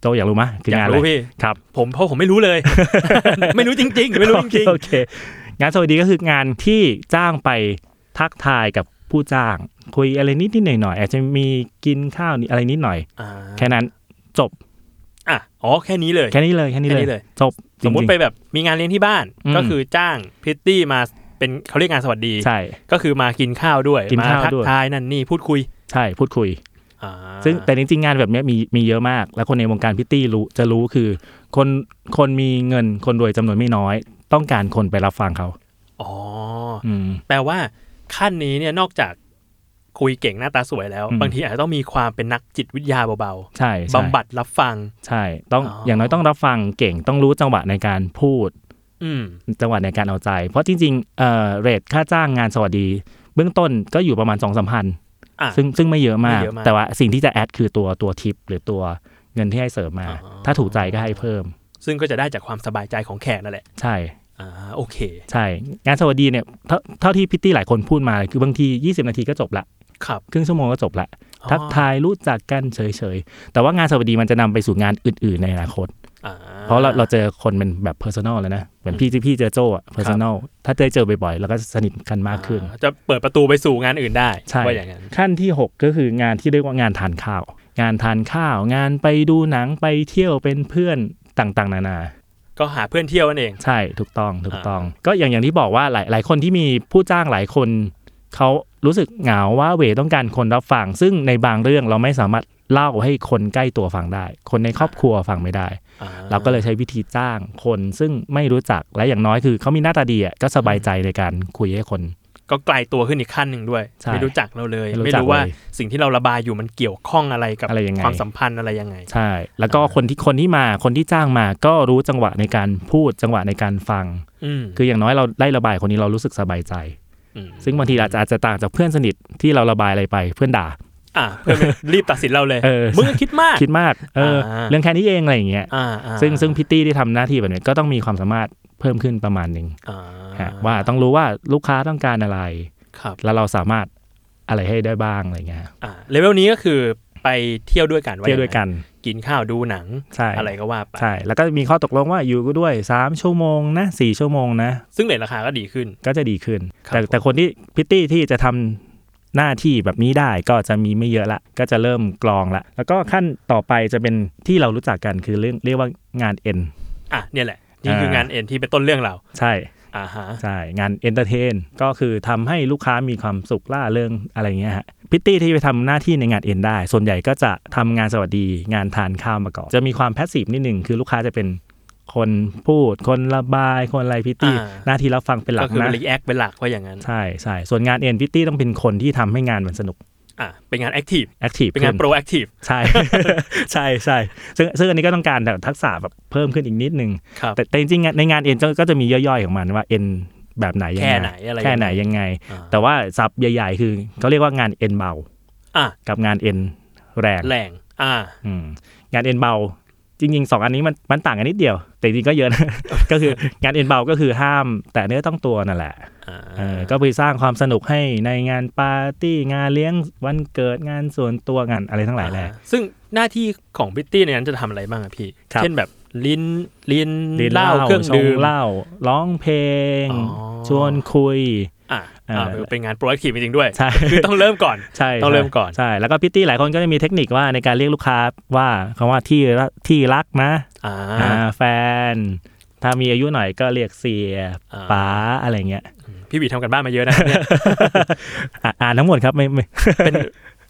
S4: โจอยากรู้ไหมยคื
S2: อยาง
S4: อากนอะไร
S2: รู้พี่
S4: ครับ
S2: ผมเพราะผมไม่รู้เลย ไม่รู้จริง ๆ ไม่รู้จริง
S4: โอเคงานสวัสดีก็คืองานที่จ้างไปทักทายกับผู้จ้าง คุยอะไรนิดนิดหน่อยหน่อยๆอาจจะมีกินข้าวนิดอะไรนิดหน่อย
S2: ๆอ่า
S4: แค่นั้นจบ
S2: อ่ะอ๋อแค่นี้เลย
S4: แค่นี้เลยแค่นี้เล
S2: แค่นี้
S4: ย
S2: เลย
S4: จบ
S2: สมมติ
S4: จริงๆ
S2: ไปแบบมีงานเลี้ยงที่บ้าน
S4: อืม
S2: ก็คือจ้างพริตตี้มาเป็นเขาเรียกงานสวัสดี
S4: ใช่
S2: ก็คือมากินข้าวด้วย
S4: กิน
S2: มา
S4: ข้าว
S2: ทัก
S4: ด้วย
S2: ทายนั่นนี่พูดคุย
S4: ใช่พูดคุย
S2: อ่า
S4: ซึ่งแต่จริงๆงานแบบเนี้ยมีมีเยอะมาก และคนในวงการพิตตี้รู้จะรู้คือ คนคนมีเงินคนรวยจำนวนไม่น้อย ต้องการคนไปรับฟังเขา
S2: อ๋อ
S4: อืม
S2: แปลว่าขั้นนี้เนี่ยนอกจากคุยเก่งหน้าตาสวยแล้ว
S4: อืม
S2: บางทีอาจจะต้องมีความเป็นนักจิตวิทยาเบา
S4: ใช่
S2: ๆ
S4: ใช่
S2: บำบัดรับฟัง
S4: ใช่ต้อง
S2: อ๋ออ
S4: อย่างน้อยต้องรับฟังเก่งต้องรู้จังหวะในการพูด
S2: อืม
S4: จังหวะในการเอาใจ เพราะจริงๆเอ่อเรทค่าจ้างงานสวัสดี เบื้องต้นก็อยู่ประมาณ2องสามพัน
S2: อ่ะ
S4: ซึ่งซึ่งไม่เยอะมาก
S2: ไม่เยอะมาก
S4: แต่ว่าสิ่งที่จะแอดคือตัวตัวทิปหรือตัวเงินที่ให้เสริมมา
S2: อ๋อ
S4: ถ้าถูกใจก็ให้เพิ่ม
S2: ซึ่งก็จะได้จากความสบายใจของแขกนั่นแหละ
S4: ใช่
S2: อ่าโอเค
S4: ใช่ งานสวัสดีเนี่ยเท่าเท่าที่พิตตี้หลายคนพูดมาคือบางที 20 นาทีก็จบละ
S2: ครับ
S4: ครึ่งชั่วโมงก็จบละทัก
S2: อ๋อ
S4: ทายรู้จักกันเฉยๆ แต่ว่างานสวัสดีมันจะนำไปสู่งานอื่นๆ ในอนาคต
S2: อ่
S4: เพราะเราเราเจอคนเป็นแบบ personal แล้วนะเหมือนพี่ที่พี่เจอโจ้อะ personal ถ้าเจอเจอบ่อยๆเราก็สนิทกันมากขึ้น
S2: อ่จะเปิดประตูไปสู่งานอื่นได้
S4: ใช่
S2: ว่าอย่างนั้น
S4: ขั้นที่ 6 ก็คืองานที่เรียกว่างานทานข้าว งานทานข้าว งานไปดูหนังไปเที่ยวเป็นเพื่อนต่างๆ นานา
S2: ก็หาเพื่อนเที่ยวนั่นเอง
S4: ใช่ถูกต้องถูกต้อง ก็อย่างอย่างที่บอกว่าหลายหลายคนที่มีผู้จ้างหลายคนเขารู้สึกเหงาว่าเหวต้องการคนรับฟัง ซึ่งในบางเรื่องเราไม่สามารถเล่าให้คนใกล้ตัวฟังได้ คนในครอบครัวฟังไม่ได้
S2: อ่
S4: เราก็เลยใช้วิธีจ้างคนซึ่งไม่รู้จักและอย่างน้อยคือเขามีหน้าตาดีอะก็สบายใจในการคุยให้คน
S2: ก็ไกลตัวขึ้นอีกขั้นหนึ่งด้วย
S4: ใช่
S2: ไม่รู้จักเราเลย
S4: ไม่รู้
S2: ไม่
S4: จัก
S2: รู้ว่า
S4: เลย
S2: สิ่งที่เราระบายอยู่มันเกี่ยวข้องอะไรกับ
S4: อะไรยังไง
S2: ความสัมพันธ์อะไรยังไง
S4: ใช่ แล้วก็คนที่คนที่มาคนที่จ้างมาก็รู้จังหวะในการพูดจังหวะในการฟัง
S2: อืม
S4: คืออย่างน้อยเราได้ระบายคนนี้เรารู้สึกสบายใจ
S2: ม
S4: ซึ่งบางทีอาจจะอาจจะต่างจากเพื่อนสนิทที่เราระบายอะไรไปเพื่อนด่า
S2: อ่ะเพื่อนไม่รีบตัดสินเราเลย
S4: เออ
S2: มึงก็คิดมาก
S4: คิดมากเอออา เรื่องแค่นี้เองอะไรอย่างเงี้ย
S2: อ่าอ่า
S4: ซึ่งซึ่งพิตตี้ที่ทำหน้าที่แบบเนี้ยก็ต้องมีความสามารถเพิ่มขึ้นประมาณหนึ่ง
S2: อ่า
S4: ฮะว่าต้องรู้ว่าลูกค้าต้องการอะไร
S2: ครับ
S4: แล้วเราสามารถอะไรให้ได้บ้างอะไรเงี้ย
S2: อ่าเลเวลนี้ก็คือไปเที่ยวด้วยกัน
S4: เที่ยวด้วยกัน
S2: กินข้าวดูหนัง
S4: ใช่
S2: อะไรก็ว่าไป
S4: ใช่แล้วก็มีข้อตกลงว่าอยู่ด้วยสามชั่วโมงนะสี่ชั่วโมงนะ
S2: ซึ่งเลทราคาก็ดีขึ้น
S4: ก็จะดีขึ้น
S2: ครับ
S4: แต่
S2: ผม
S4: แต่คนที่พิตตี้ที่จะทำหน้าที่แบบนี้ได้ก็จะมีไม่เยอะละ ก็จะเริ่มกรองละ แล้วก็ขั้นต่อไปจะเป็นที่เรารู้จักกันคือเรื่องเรียกว่างานเอ็น
S2: อ่ะเนี่ยแหละ นี่คือ
S4: เออ
S2: งานเอ็นที่เป็นต้นเรื่องเรา
S4: ใช่
S2: อ่าฮะ
S4: ใช่งานเอนเตอร์เทนก็คือทำให้ลูกค้ามีความสุขล่าเริงอะไรเงี้ยฮะพิตตี้ที่ไปทำหน้าที่ในงานเอ็นได้ ส่วนใหญ่ก็จะทำงานสวัสดีงานทานข้าวมาก่อนจะมีความแพสซีฟนิดหนึ่งคือลูกค้าจะเป็นคนพูด คนระบายคนอะไรพิตตี้หน้าที่รับฟังเป็นหลั
S2: ก็
S4: ก
S2: คือ
S4: นะ
S2: รีแอคเป็นหลักว่าอย่างนั้น
S4: ใช่ใช่ส่วนงานเอ็นพิตตี้ต้องเป็นคนที่ทำให้งานมันสนุก
S2: อ่ะเป็นงานแอคทีฟ
S4: แอคทีฟ
S2: เป็นงานโปรแอคทีฟ
S4: ใช่ ใช่ใช่ซึ่งซึ่งอันนี้ก็ต้องการแบบทักษะแบบเพิ่มขึ้นอีกนิดนึง
S2: ครับ
S4: แต่แต่จริงๆ ในงานเอ็นก็จะมีย่อยๆ ของมันว่าเอ็นแบบไหนยัง
S2: แค่
S4: ไง
S2: ไหนอะไร
S4: แค่ไหนยังไง
S2: อ่า
S4: แต่ว่าสับใหญ่ ๆ คือเขาเรียกว่างานเอ็นเบา
S2: อ่ะ
S4: กับงานเอ็นแรง
S2: แรงอ่า
S4: อืมงานเอ็นเบา จริงๆสองอันนี้มันมันต่างกันนิดเดียว แต่จริงๆก็เยอะนะ ก็คืองานเอ็นเบาก็คือห้าม แต่เนื้อต้องตัวนั่นแหละ
S2: อ่า
S4: เออก็ไปสร้างความสนุกให้ในงานปาร์ตี้งานเลี้ยงวันเกิดงานส่วนตัวงานอะไรทั้งหลายแหละ
S2: อ่ซึ่งหน้าที่ของพิตตี้ในนั้นจะทำอะไรบ้างอะพี่
S4: ครับ
S2: เช่นแบบลิ้นลิ้น
S4: ดื่ม
S2: เหล้าเครื่อง
S4: ช
S2: ดื่ม
S4: เหล้าร้องเพลง
S2: อ๋อ
S4: ชวนคุย
S2: อ่ะ
S4: เอ่อ
S2: อ่ะ
S4: อ่
S2: เป็นงานโปรแอคทีฟจริงๆด้วย
S4: ใช่
S2: คือต้องเริ่มก่อน
S4: ใช่
S2: ต้องเริ่มก่อน
S4: ใช่แล้วก็พิตตี้หลายคนก็จะมีเทคนิคว่าในการเรียกลูกค้าว่าคำว่าที่รักที่รักนะ
S2: อ่า
S4: อ่าแฟน ถ้ามีอายุหน่อยก็เรียกเสีย
S2: อ่
S4: ป๋าอะไรเงี้ย
S2: พี่บีทำกันบ้านมาเยอะนะครับเนี่ย
S4: อ่ะอ่านทั้งหมดครับไม่ไม่
S2: เป็น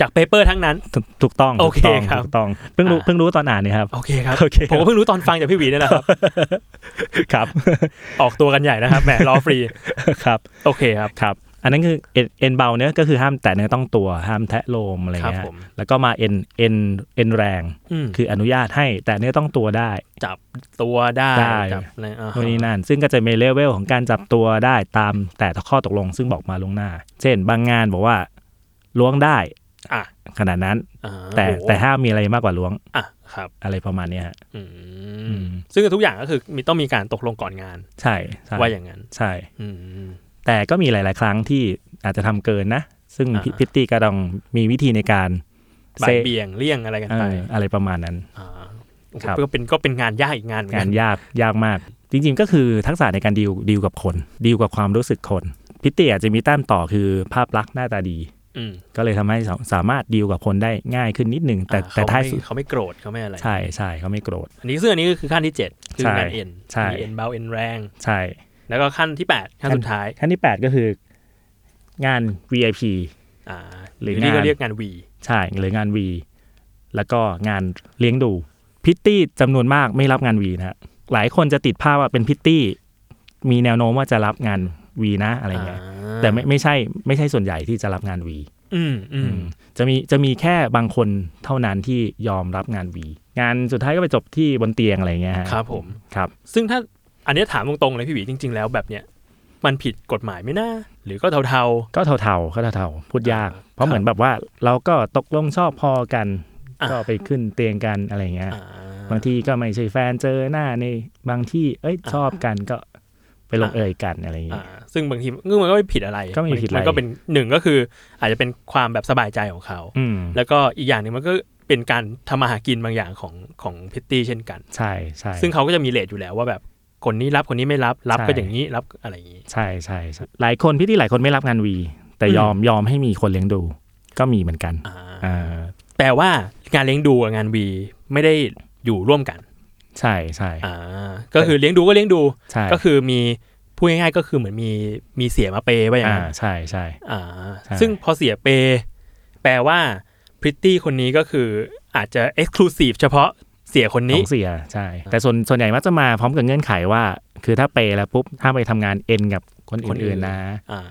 S2: จากเปเปอร์ทั้งนั้น
S4: ถูกถูกต้อง
S2: โอเค
S4: ถูกต้อง
S2: ครับ
S4: ถูกต้องเพิ่งรู้
S2: อ่า
S4: เพิ่งรู้ตอนอ่านเนี่ยครับ
S2: โอเคครับ
S4: โอเค
S2: ผมก็เพิ่งรู้ตอนฟังจากพี่หวีเนี่ยแหละครับ
S4: ครับ
S2: ออกตัวกันใหญ่นะครับแหมรอฟรี
S4: ครับ
S2: โอเคครับ
S4: ครับ อันนั้นคือเอ็นเอ็นเบาเนื้อก็คือห้ามแตะเนื้อต้องตัว ห้ามแทะโลมอะไร
S2: ครับ
S4: เงี้ย
S2: ผม
S4: แล้วก็มาเอ็นเอ็นเอ็นแรง
S2: อืม
S4: คืออนุญาตให้แตะเนื้อต้องตัวได้
S2: จับตัวได้
S4: ได้
S2: จับอะไรอ่าฮะ
S4: โน่นนี่นั่นซึ่งก็จะมีเลเวลของการจับตัวได้ตามแต่ข้อตกลงซึ่งบอกมาล่วงหน้า เช่น บางงานบอกว่าล้วงได้
S2: อ่ะ
S4: ขนาดนั้น
S2: อ่า
S4: แต่
S2: โอ้โห
S4: แต่ห้ามมีอะไรมากกว่าล้วง
S2: อ่ะครับ
S4: อะไรประมาณเนี้ยฮะ
S2: อื
S4: อืม
S2: มซึ่งทุกอย่างก็คือมีต้องมีการตกลงก่อนงาน
S4: ใช่ใช่
S2: ว่าอย่างนั้น
S4: ใช่
S2: อืม
S4: แต่ก็มีหลาย ๆ ครั้งที่อาจจะทำเกินนะ ซึ่ง
S2: อ่าฮะ
S4: พิตตี้ก็ต้องมีวิธีในการ
S2: บ่ายเบี่ยงเลี่ยงอะไรกัน
S4: เอ
S2: ไป
S4: ออะไรประมาณนั้น
S2: อ่าโอ้โห
S4: ครับ
S2: ก็เป็นก็เป็นงานยากอีกงานเหมือน
S4: งา
S2: กัน
S4: นยากยากมาก จริง ๆ ก็คือทักษะในการดีลดีลกับคนดีลกับความรู้สึกคนพิตตี้อาจจะมีแต้มต่อคือภาพลักษณ์หน้าตาดี
S2: อืม
S4: ก็เลยทำให้สาสามารถดีลกับคนได้ง่ายขึ้นนิดหนึ่งแต่
S2: อ่
S4: แต่
S2: เข
S4: ท้าย
S2: ไม่
S4: สุด
S2: เขาไม่โกรธเขาไม่อะไร
S4: ใช่ใช่เขาไม่โกรธ
S2: อันนี้ซึ่งอันนี้ก็คือขั้นที่ 7 คือ
S4: ใช่
S2: งานเอ็น
S4: ใช่
S2: มีเอ็นเบาเอ็นแรง
S4: ใช่
S2: แล้วก็ขั้นที่ 8 ขั้นสุดท้าย
S4: ขั้นที่ 8 ก็คืองาน VIP
S2: อ่าห
S4: หรื
S2: รือ
S4: อ
S2: ที่
S4: งาน
S2: ก็เรียกงานวี
S4: ใช่หรืองาน V แล้วก็งานเลี้ยงดูพิตตี้จำนวนมากไม่รับงาน V นะฮะหลายคนจะติดภาพว่าเป็นพิตตี้มีแนวโน้มว่าจะรับงาน V นะอะไรเงี้ยแต่ไม่ไม่ใช่ไม่ใช่ส่วนใหญ่ที่จะรับงาน V
S2: อืมอืม
S4: จะมีจะมีแค่บางคนเท่านั้นที่ยอมรับงาน V งานสุดท้ายก็ไปจบที่บนเตียงอะไรเงี้ยฮะ
S2: ครับผม
S4: ครับ
S2: ซึ่งถ้าอันเนี้ยถามตรงๆเลยพี่หวีจริง ๆ แล้วแบบเนี้ยมันผิดกฎหมายไหม่น่าหรือก็เทา
S4: ก็เทาๆก็เทาๆพูดยาก
S2: อ่า
S4: เพราะเหมือนแบบว่าเราก็ตกลงชอบพอกัน
S2: อ่า
S4: ก็ไปขึ้นเตียงกันอะไรเงี้
S2: ๆ
S4: ย
S2: อ่า
S4: บางทีก็ไม่ใช่แฟนเจอหน้าในบางที่เอ้ย
S2: อ่า
S4: ชอบกันก็ไปลง
S2: อ่า
S4: เอยกันอะไรอย่าง
S2: อ่า
S4: เงี้ย
S2: ซึ่งบางทีมันก็ไม่ผิดอะไร
S4: ก็ไม่ผิดอะไร
S2: มันก็เป็นหนึ่งก็คืออาจจะเป็นความแบบสบายใจของเขา
S4: อืม
S2: แล้วก็อีกอย่างหนึ่งมันก็เป็นการทำมาหากินบางอย่างของของพิตตี้เช่นกัน
S4: ใช่ใช่
S2: ซึ่งเขาก็จะมีเลทอยู่แล้วว่าแบบคนนี้รับคนนี้ไม่รับรับ
S4: ใช่
S2: ก็อย่างนี้รับอะไรอย่างนี้
S4: ใช่ใช่ใช่หลายคนพี่ที่หลายคนไม่รับงานวี แต่
S2: อืม
S4: ยอมยอมให้มีคนเลี้ยงดู ก็มีเหมือนกัน
S2: อ่า
S4: อ่า
S2: แปลว่างานเลี้ยงดูกับงานวีไม่ได้อยู่ร่วมกัน
S4: ใช่ใช่
S2: อ่าก็คือเลี้ยงดูก็เลี้ยงดู
S4: ใช่
S2: ก็คือมีพูดง่ายๆก็คือเหมือนมีมีเสียมาเปย์ว่าอย่าง
S4: อ่า
S2: นั้น
S4: ใช่ใช่
S2: อ่า
S4: ใช่
S2: ซึ่งพอเสียเปย์แปลว่าพริตตี้คนนี้ก็คืออาจจะเอ็กซ์คลูซีฟเฉพาะเสียคน
S4: ข
S2: นี้
S4: องเสียใช่ แต่ส่วนส่วนใหญ่มักจะมาพร้อมกับเงื่อนไขว่า คือถ้าเปย์แล้วปุ๊บห้ามไปทำงานเอ็นกับคน
S2: คนอื่
S4: อื่
S2: น
S4: นๆนะ
S2: อ่า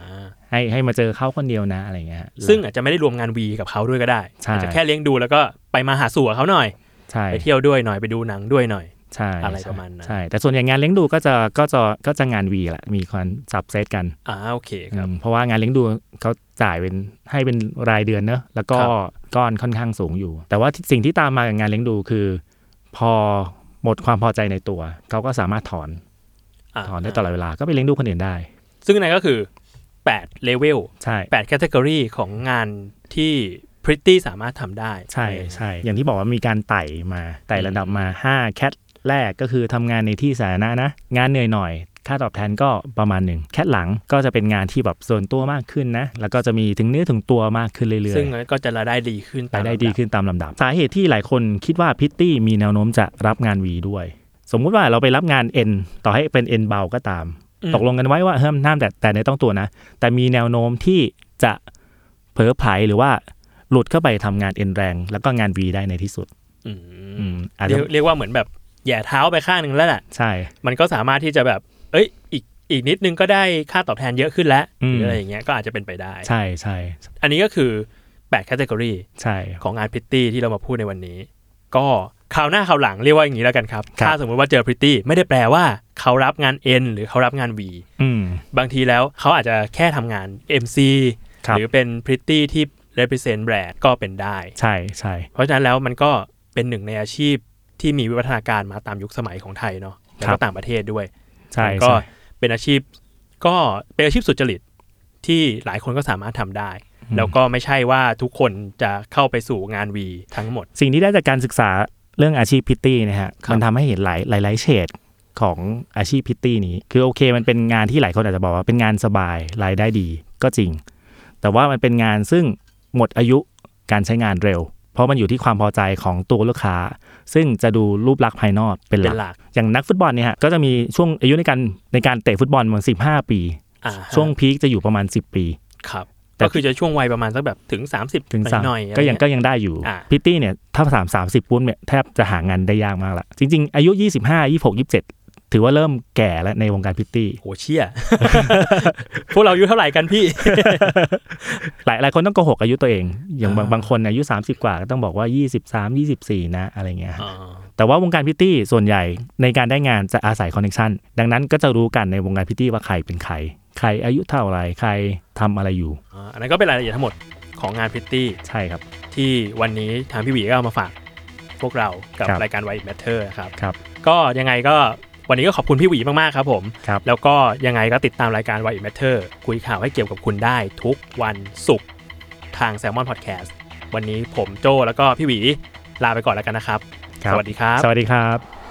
S4: ให้ให้มาเจอเขาคนเดียวนะอะไรอย่างเงี้ย
S2: ซึ่งอาจจะไม่ได้รวมงานวีกับเขาด้วยก็ได้
S4: ใช่
S2: อาจจะแค่เลี้ยงดูแล้วก็ไปมาหาสู่กับเขาหน่อย
S4: ใช่
S2: ไปเที่ยวด้วยหน่อยไปดูหนังด้วยหน่อย
S4: ใช่
S2: อะไร
S4: ใช่
S2: ประมาณนั้น
S4: ใช่ แต่ส่วนใหญ่งานเลี้ยงดูก็จะก็จะก็จะงานวีแหละมีคนจับเซตกัน
S2: อ่าโอเคครับ
S4: อืมเพราะว่างานเลี้ยงดูเขาจ่ายเป็นให้เป็นรายเดือนเนอะแล้วก็
S2: ครับ
S4: ก้อนค่อนข้างสูงอยู่ แต่ว่าสิ่งที่ตามมากับงานเลี้ยงดูคือ พอหมดความพอใจในตัวเขาก็สามารถถอน
S2: อา
S4: ถอนได้ตลอดเวลาก็ไปเลี้ยงดูคนอื่นได้
S2: ซึ่งนั่นก็คือ8เลเวล
S4: ใช่
S2: 8แคตตากรีของงานที่พริตตี้สามารถทำได้
S4: ใช่ใช่อย่างที่บอกว่ามีการไต่มาไต่ระดับมา5แคทแรกก็คือทำงานในที่สาธารณะนะงานเหนื่อยหน่อย ค่าตอบแทนก็ประมาณหนึ่งแคทหลังก็จะเป็นงานที่แบบส่วนตัวมากขึ้นนะ แล้วก็จะมีถึงเนื้อถึงตัวมากขึ้นเรื่อยๆ
S2: ซึ่งก็จะรายได้ดีขึ้นต
S4: ราม ยได้
S2: ลำบ
S4: ดีขึ้นตามลำดับ สาเหตุที่หลายคนคิดว่าพิตตี้มีแนวโน้มจะรับงาน V ด้วย สมมุติว่าเราไปรับงาน N ต่อให้เป็น N เบาก็ตาม
S2: อืม
S4: ตกลงกันไว้ว่าห้ามห้ามแต่แต่ในต้องตัวนะ แต่มีแนวโน้มที่จะเผลอไผลหรือว่าหลุดเข้าไปทำงาน N แรง แล้วก็งาน V ได้ในที่สุด
S2: อื
S4: อืม
S2: ม
S4: อาจ
S2: เรี
S4: จะ
S2: ยกเรียกว่าเหมือนแบบแหย่เท้าไปข้างหนึ่งแล้วแหละ
S4: ใช่
S2: มันก็สามารถที่จะแบบ เอ้ย อีกอีกนิดนึงก็ได้ค่าตอบแทนเยอะขึ้นแล้วหรืออะไรอย่างเงี้ยก็อาจจะเป็นไปได้
S4: ใช่ใช่
S2: อันนี้ก็คือ8แคตตากรี
S4: ใช่
S2: ของงานพริตตี้ที่เรามาพูดในวันนี้ ก็คราวหน้าคราวหลังเรียกว่าอย่างนี้แล้วกันครับ
S4: ครับ
S2: ถ้าสมมติว่าเจอพริตตี้ไม่ได้แปลว่าเขารับงาน N หรือเขารับงาน V
S4: อืม
S2: บางทีแล้วเขาอาจจะแค่ทำงาน MC
S4: ครับ
S2: หรือเป็นพริตตี้ที่ represent แบรนด์ก็เป็นได้
S4: ใช่ใช่
S2: เพราะฉะนั้นแล้วมันก็เป็นหนึ่งในอาชีพที่มีวิวัฒนาการมาตามยุคสมัยของไทยเนาะแล้วก็ต่างประเทศด้วย
S4: ใช่
S2: มันก็
S4: ใช่
S2: เป็นอาชีพก็เป็นอาชีพสุจริตที่หลายคนก็สามารถทำได้ แล้วก็ไม่ใช่ว่าทุกคนจะเข้าไปสู่งานวีทั้งหมด
S4: สิ่งที่ได้จากการศึกษาเรื่องอาชีพพิตตี้นะฮะ
S2: ครับ
S4: มันทำให้เห็นหลายหลายหลายเฉดของอาชีพพิตตี้นี้ คือโอเคมันเป็นงานที่หลายคนอาจจะบอกว่าเป็นงานสบายรายได้ดีก็จริง แต่ว่ามันเป็นงานซึ่งหมดอายุการใช้งานเร็ว เพราะมันอยู่ที่ความพอใจของตัวลูกค้า ซึ่งจะดูรูปลักษณ์ภายนอกเป็นห
S2: เป็
S4: ลั
S2: น
S4: ก
S2: หลัก
S4: อย่างนักฟุตบอลเนี่ยฮะก็จะมีช่วงอายุในการในการเตะฟุตบอลมัน15 ปี
S2: อ่าฮะ
S4: ช่วงพีคจะอยู่ประมาณ 10 ปี
S2: ครับ
S4: แต่
S2: ก็คือจะช่วงวัยประมาณสักแบบถึง 30
S4: ถึงสาม
S2: หน่อยๆอะไร
S4: ก็ยัง
S2: เ
S4: ก็ยังได้อยู่
S2: อ่า
S4: พิตตี้เนี่ยถ้าสามสามสิบปุ้นเนี่ยแทบจะหางานได้ยากมากละจริงๆ อายุยี่สิบห้ายี่หกยี่เจ็ดถือว่าเริ่มแก่แล้วในวงการพิตตี้
S2: โหเชี่ย พวกเราอายุเท่าไหร่กันพี่
S4: หลายหลายคนต้องโกหกอายุตัวเอง อย่างบาง
S2: อ่า
S4: บางคนอายุ 30 กว่าก็ต้องบอกว่า 23 24 นะอะไรเงี้ย
S2: อ๋อ
S4: แต่ว่าวงการพิตตี้ส่วนใหญ่ในการได้งานจะอาศัยคอนเนคชันดังนั้นก็จะรู้กันในวงการพิตตี้ว่าใครเป็นใคร ใครอายุเท่าไหรใครทำอะไรอยู่
S2: อ่าอันนั้นก็เป็นรายละเอียดทั้งหมดของงานพริตตี้
S4: ใช่ครับ
S2: ที่วันนี้ทางพี่หวีก็เอามาฝากพวกเรากับ
S4: ครับ
S2: รายการ Why It Matter นะครับ
S4: ครับ
S2: ก็ยังไงก็วันนี้ก็ขอบคุณพี่หวีมาก ๆ ครับผม
S4: ครับ
S2: แล้วก็ยังไงก็ติดตามรายการ Why It Matter คุยข่าวให้เกี่ยวกับคุณได้ทุกวันศุกร์ทาง Salmon Podcast วันนี้ผมโจแล้วก็พี่หวีลาไปก่อนแล้วกันนะครับ
S4: ครับ
S2: สวัสดีครับ
S4: สวัสดีครับ